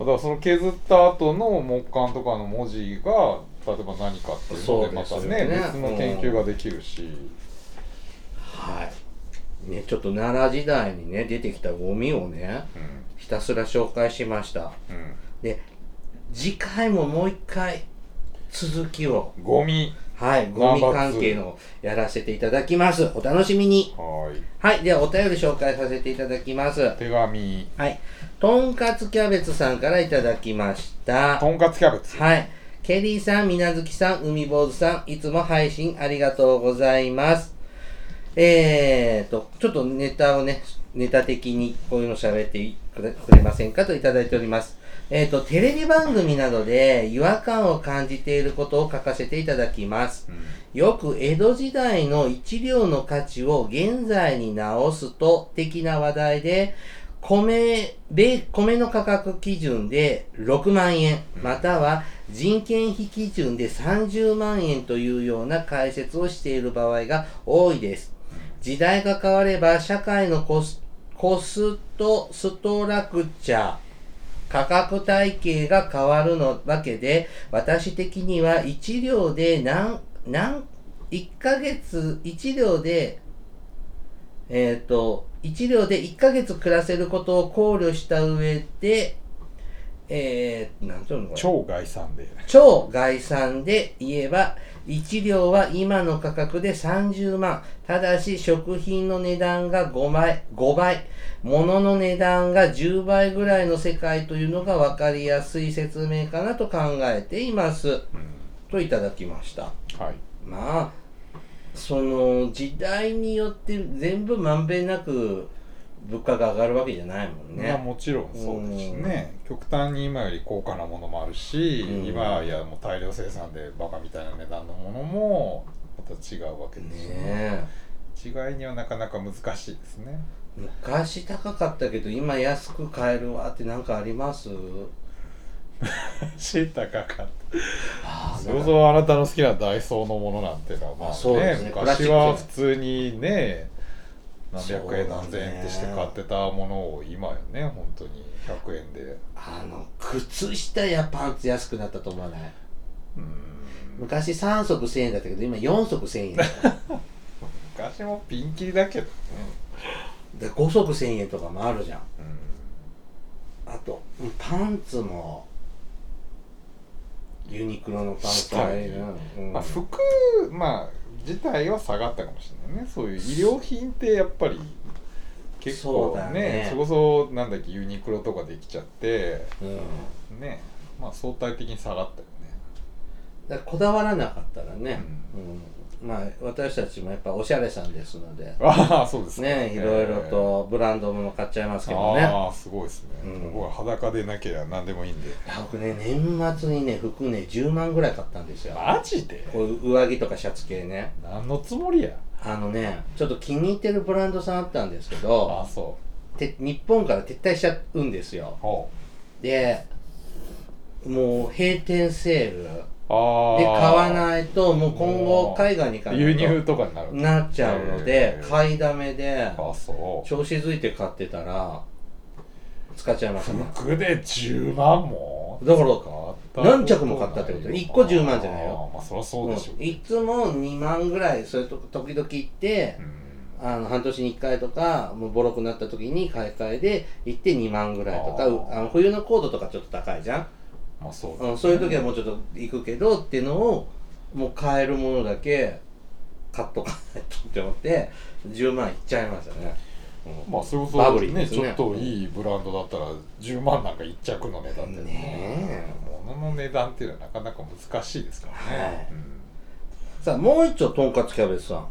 S2: だからその削った後の木簡とかの文字が例えば何かっていうのでまた
S1: そうです
S2: ね
S1: よね
S2: 別の研究ができるし、
S1: はいねちょっと奈良時代にね出てきたゴミをねひたすら紹介しました
S2: うんうん
S1: で次回ももう一回続きを
S2: ゴミ
S1: はいゴミ関係のやらせていただきますお楽しみに
S2: はい
S1: はいではお便り紹介させていただきます
S2: 手紙
S1: はいとんかつキャベツさんからいただきました
S2: とんかつキャベツ
S1: はい。ケリーさん、みなずきさん、海坊主さん、いつも配信ありがとうございます。えーと、ちょっとネタをね、ネタ的にこういうの喋ってくれくれませんかといただいております。えーと、テレビ番組などで違和感を感じていることを書かせていただきます。
S2: うん
S1: よく江戸時代の一両の価値を現在に直すと的な話題で、米、米、米の価格基準で6万円、または人件費基準で30万円というような解説をしている場合が多いです。時代が変われば社会のコスコストストラクチャー、価格体系が変わるのわけで、私的には1両で何、何、1ヶ月、1両で、えっ、と、1両で1ヶ月暮らせることを考慮した上で、えー、なんていうのかな
S2: 超概算で
S1: 超概算で言えば、1両は今の価格で30万。ただし、食品の値段が5倍、5倍。物の値段が10倍ぐらいの世界というのが分かりやすい説明かなと考えています。
S2: うん
S1: といただきました。
S2: はい
S1: まあ、その時代によって全部まんべんなく物価が上がるわけじゃないもん
S2: まあ
S1: ね。
S2: もちろんそうですしね極端に今より高価なものもあるし
S1: うん
S2: 今やもう大量生産でバカみたいな値段のものもまた違うわけですしね
S1: ねえ。
S2: 違いにはなかなか難しいです ね
S1: 昔高かったけど今安く買えるわってなんかあります
S2: 知ったかかった
S1: あ
S2: それこそあなたの好きなダイソーのものなんてのはまあ
S1: あそうで
S2: ね
S1: すね
S2: 昔
S1: プラ
S2: は
S1: スチック
S2: 普通にね何百円
S1: そうで
S2: 何
S1: すね
S2: 千円ってして買ってたものを今よね本当に100円で
S1: あの靴下やパンツ安くなったと思わない
S2: うん
S1: 昔3足1000円だったけど今4足1000円だ
S2: 昔もピンキリだけどね
S1: で5足1000円とかもあるじゃん
S2: うん
S1: あとパンツもユニクロのパンツ
S2: したいまあ、服、まあ、自体は下がったかもしれないねそういう医療品ってやっぱり結構ね
S1: ね
S2: そこそなんだっけユニクロとかできちゃって、
S1: うん
S2: ねまあ相対的に下がったよね
S1: だからこだわらなかったらね、うんまあ私たちもやっぱおしゃれさんですので
S2: ああそうですか
S1: ねいろいろとブランド物買っちゃいますけどね
S2: ああすごいですね、
S1: うん
S2: 僕は裸でなければ何でもいいんで
S1: 僕ね年末にね服ね10万ぐらい買ったんですよ
S2: マジで
S1: こういう上着とかシャツ系ね
S2: 何のつもりや
S1: あのねちょっと気に入ってるブランドさんあったんですけ
S2: ああ
S1: ど
S2: そ
S1: て日本から撤退しちゃうんですよ
S2: うほ
S1: でもう閉店セール
S2: うああ
S1: で買わ
S2: い
S1: ないともう今後海外に行か
S2: 輸
S1: ない
S2: 入
S1: と
S2: とかになる
S1: なっちゃうの
S2: へ
S1: で
S2: ー
S1: 買いだめで
S2: ああそう
S1: 調子づいて買ってたら使っちゃいましたね
S2: 服で10万も
S1: だから
S2: 買
S1: 何着も買ったってこと一個10万じゃないよ
S2: ああまあそりゃそうでしょ
S1: うんいつも2万ぐらいそれと時々行って
S2: うん、
S1: あの半年に1回とかもうボロくなった時に買い替えで行って2万ぐらいとか
S2: あ
S1: う
S2: ー
S1: あの冬のコードとかちょっと高いじゃん、
S2: まあそうだ
S1: うん、そういう時はもうちょっと行くけどっていうのをもう買えるものだけ買っとかないとって思って10万いっちゃいましたね、うん
S2: まあそれこ
S1: バ
S2: そ
S1: ブリー
S2: ね
S1: です
S2: ちょ
S1: ね
S2: っといいブランドだったら10万なんか一着の値段で
S1: ねえ
S2: 物の値段っていうのはなかなか難しいですからね、
S1: はい
S2: うん
S1: さあ、もう一丁、とんかつキャベツさん。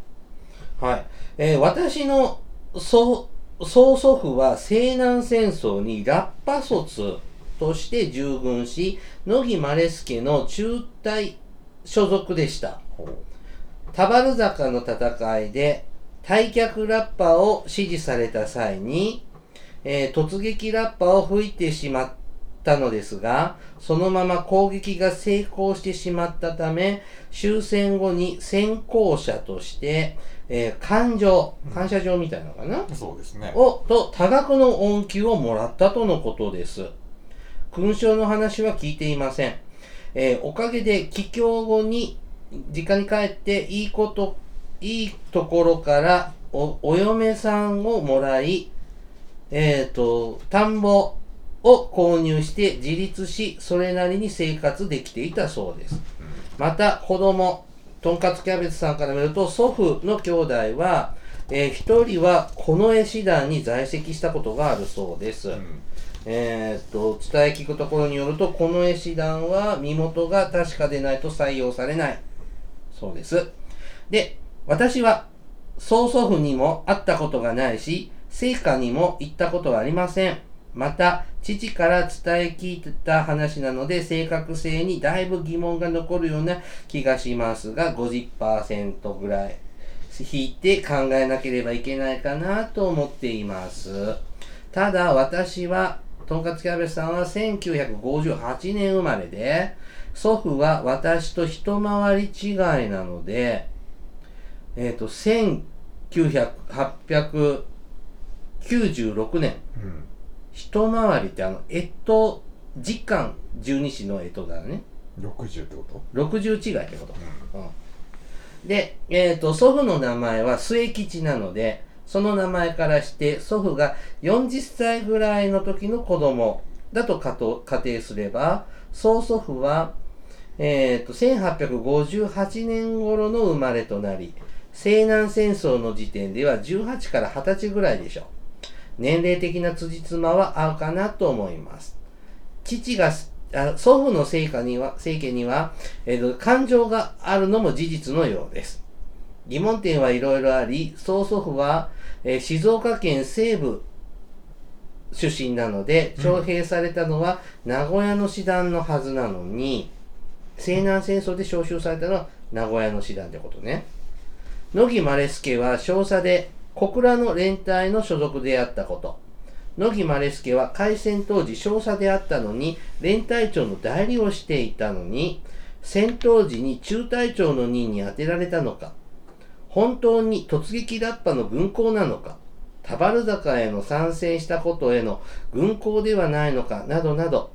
S1: はい。えー私の曽曽祖父は西南戦争にラッパ卒として従軍し、乃木稀助の中隊所属でした。
S2: ほう
S1: 田原坂の戦いで、退却ラッパを指示された際に、えー突撃ラッパを吹いてしまったのですが、そのまま攻撃が成功してしまったため、終戦後に先行者として、えー、感情、感謝状みたいなのかな、
S2: そうですね。
S1: を、と多額の恩給をもらったとのことです。勲章の話は聞いていません。えーおかげで帰郷後に、実家に帰っていいこと、いいところからお、お嫁さんをもらい、えっ、と、田んぼを購入して自立し、それなりに生活できていたそうです。また、子供、とんかつキャベツさんから見ると、祖父の兄弟は、えー一人は近衛師団に在籍したことがあるそうです。
S2: うん
S1: えーっと、伝え聞くところによると、この絵師団は身元が確かでないと採用されない。そうです。で、私は、曽祖父にも会ったことがないし、聖火にも行ったことはありません。また、父から伝え聞いた話なので、正確性にだいぶ疑問が残るような気がしますが、50%ぐらい引いて考えなければいけないかなと思っています。ただ私は、とんかつキャベツさんは1958年生まれで、祖父は私と一回り違いなので、えっ、と、1896年、
S2: うん
S1: 一回りってあの、越冬、時間十二支の越冬だね。
S2: 60ってこと
S1: 60違いってこと。うんで、えっ、と、祖父の名前は末吉なので、その名前からして、祖父が40歳ぐらいの時の子供だと仮と仮定すれば、曽祖父は、えっ、と、1858年頃の生まれとなり、西南戦争の時点では18から20歳ぐらいでしょう。年齢的な辻褄は合うかなと思います。父がす、あ祖父の成果には、政家には、えーと、感情があるのも事実のようです。疑問点はいろいろあり、曽祖父は、えー静岡県西部出身なので、徴兵されたのは名古屋の師団のはずなのに、西南戦争で召集されたのは名古屋の師団ってことね。乃木稀助は少佐で小倉の連隊の所属であったこと。乃木稀助は開戦当時少佐であったのに、連隊長の代理をしていたのに、戦闘時に中隊長の任に当てられたのか、本当に突撃ラッパの軍港なのか、田原坂への参戦したことへの軍港ではないのかなどなど、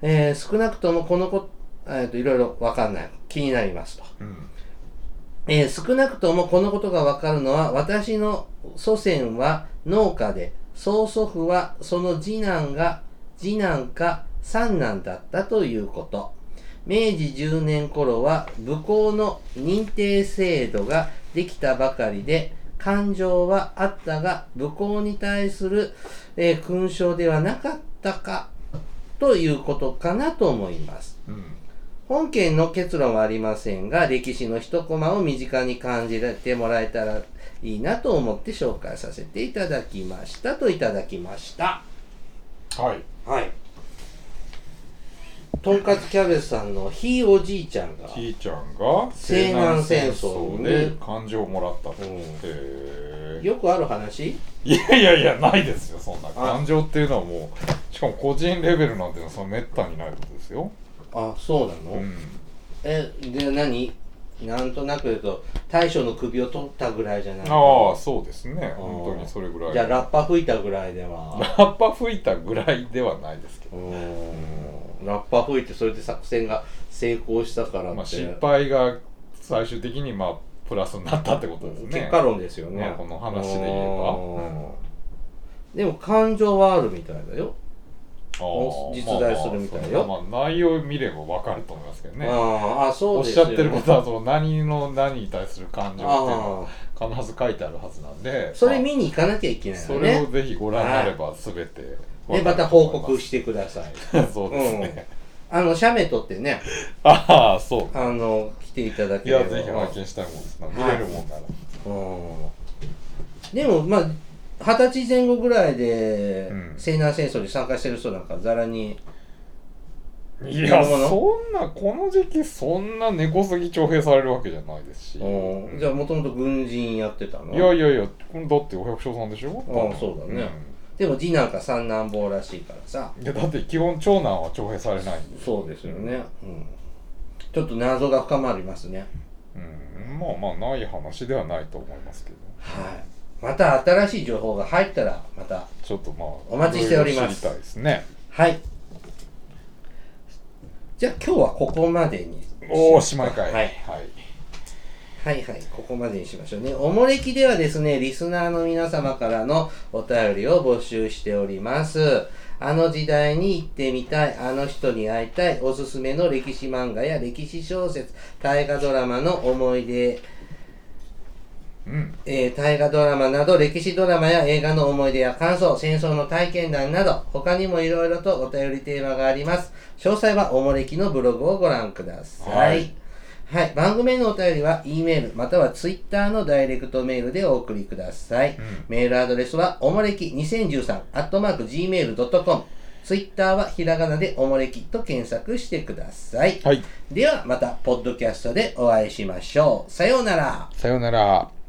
S1: えー少なくともこのこ、えーといろいろわかんない、気になりますと。
S2: うん。
S1: えー少なくともこのことがわかるのは、私の祖先は農家で、曽祖父はその次男が、次男か三男だったということ。明治10年頃は武功の認定制度ができたばかりで、感情はあったが、武功に対する、えー勲章ではなかったか、ということかなと思います。
S2: うん
S1: 本件の結論はありませんが、歴史の一コマを身近に感じてもらえたらいいなと思って紹介させていただきましたといただきました。
S2: はい
S1: はい。とんかつキャベツさんのひいおじいちゃんが、
S2: ひーちゃんが
S1: 西南戦争
S2: で
S1: に
S2: 感情をもらったと、
S1: うん
S2: へえ
S1: よくある話
S2: いやいやいやないですよそんな
S1: あ
S2: 感情っていうのはもうしかも個人レベルなんていうのはそのめったにないことですよ、
S1: あ、そうなの、
S2: うん、
S1: え、で、何なんとなく言うと、大将の首を取ったぐらいじゃない
S2: ああそうですね
S1: あー
S2: 本当にそれぐらい
S1: じゃあラッパ吹いたぐらいでは。
S2: ラッパ吹いたぐらいではないですけ
S1: う
S2: ど、
S1: ーんラッパ吹いてそれで作戦が成功したからって、
S2: まあ、失敗が最終的にまあプラスになったってことですね
S1: 結果論ですよね、
S2: まあこの話で言えば
S1: うんでも感情はあるみたいだよ、
S2: あー
S1: 実在するみたいよ
S2: まあまあ、まあ内容を見ればわかると思いますけどね
S1: あーあそ
S2: お
S1: う
S2: っ
S1: です
S2: しゃ
S1: よ
S2: って
S1: ね、
S2: ることはその何の何に対する感情っていうの
S1: あ
S2: は必ず書いてあるはずなんで
S1: あそれ見に行かなきゃいけない
S2: そ
S1: よ
S2: れ
S1: ね
S2: をぜひご覧になれば全て
S1: でまた報告してください
S2: て そうですね、
S1: あの写メ撮ってね
S2: ああそう
S1: あの来ていただ
S2: い
S1: ければ
S2: やぜひ拝見したいもんですな見れるもんなら、
S1: うんでもまあ二十歳前後ぐらいで
S2: うん
S1: 西南戦争に参加してる人なんかざらに
S2: い、や
S1: なるほど
S2: そんなこの時期そんな根こそぎ徴兵されるわけじゃないですし、
S1: うんじゃあもともと軍人やってたの
S2: いやいやいやこれだってお百姓さんでしょ
S1: ああそうだねでも次男か三男坊らしいからさ
S2: うんいやだって基本長男は徴兵されないんで
S1: そうですよね、うん、ちょっと謎が深まりますね
S2: うんまあまあない話ではないと思いますけど
S1: はいまた新しい情報が入ったらまた
S2: ちょっとまあ
S1: お待ちしております
S2: いろいろ知りたいですね
S1: はいじゃあ今日はここまでに
S2: おおしまいかい
S1: はい
S2: はい、
S1: はいはい、ここまでにしましょうね。おもれきではですね、リスナーの皆様からのお便りを募集しております。あの時代に行ってみたい、あの人に会いたい、おすすめの歴史漫画や歴史小説、大河ドラマの思い出、
S2: うん
S1: えー大河ドラマなど歴史ドラマや映画の思い出や感想、戦争の体験談など、他にもいろいろとお便りテーマがあります。詳細はおもれきのブログをご覧ください。は
S2: はいい。
S1: 番組へのお便りは、E メールまたは Twitter のダイレクトメールでお送りください。
S2: うん
S1: メールアドレスは、おもれき2013、アットマーク Gmail.com。Twitter はひらがなでおもれきと検索してください。
S2: はい、
S1: では、また、ポッドキャストでお会いしましょう。さようなら。
S2: さようなら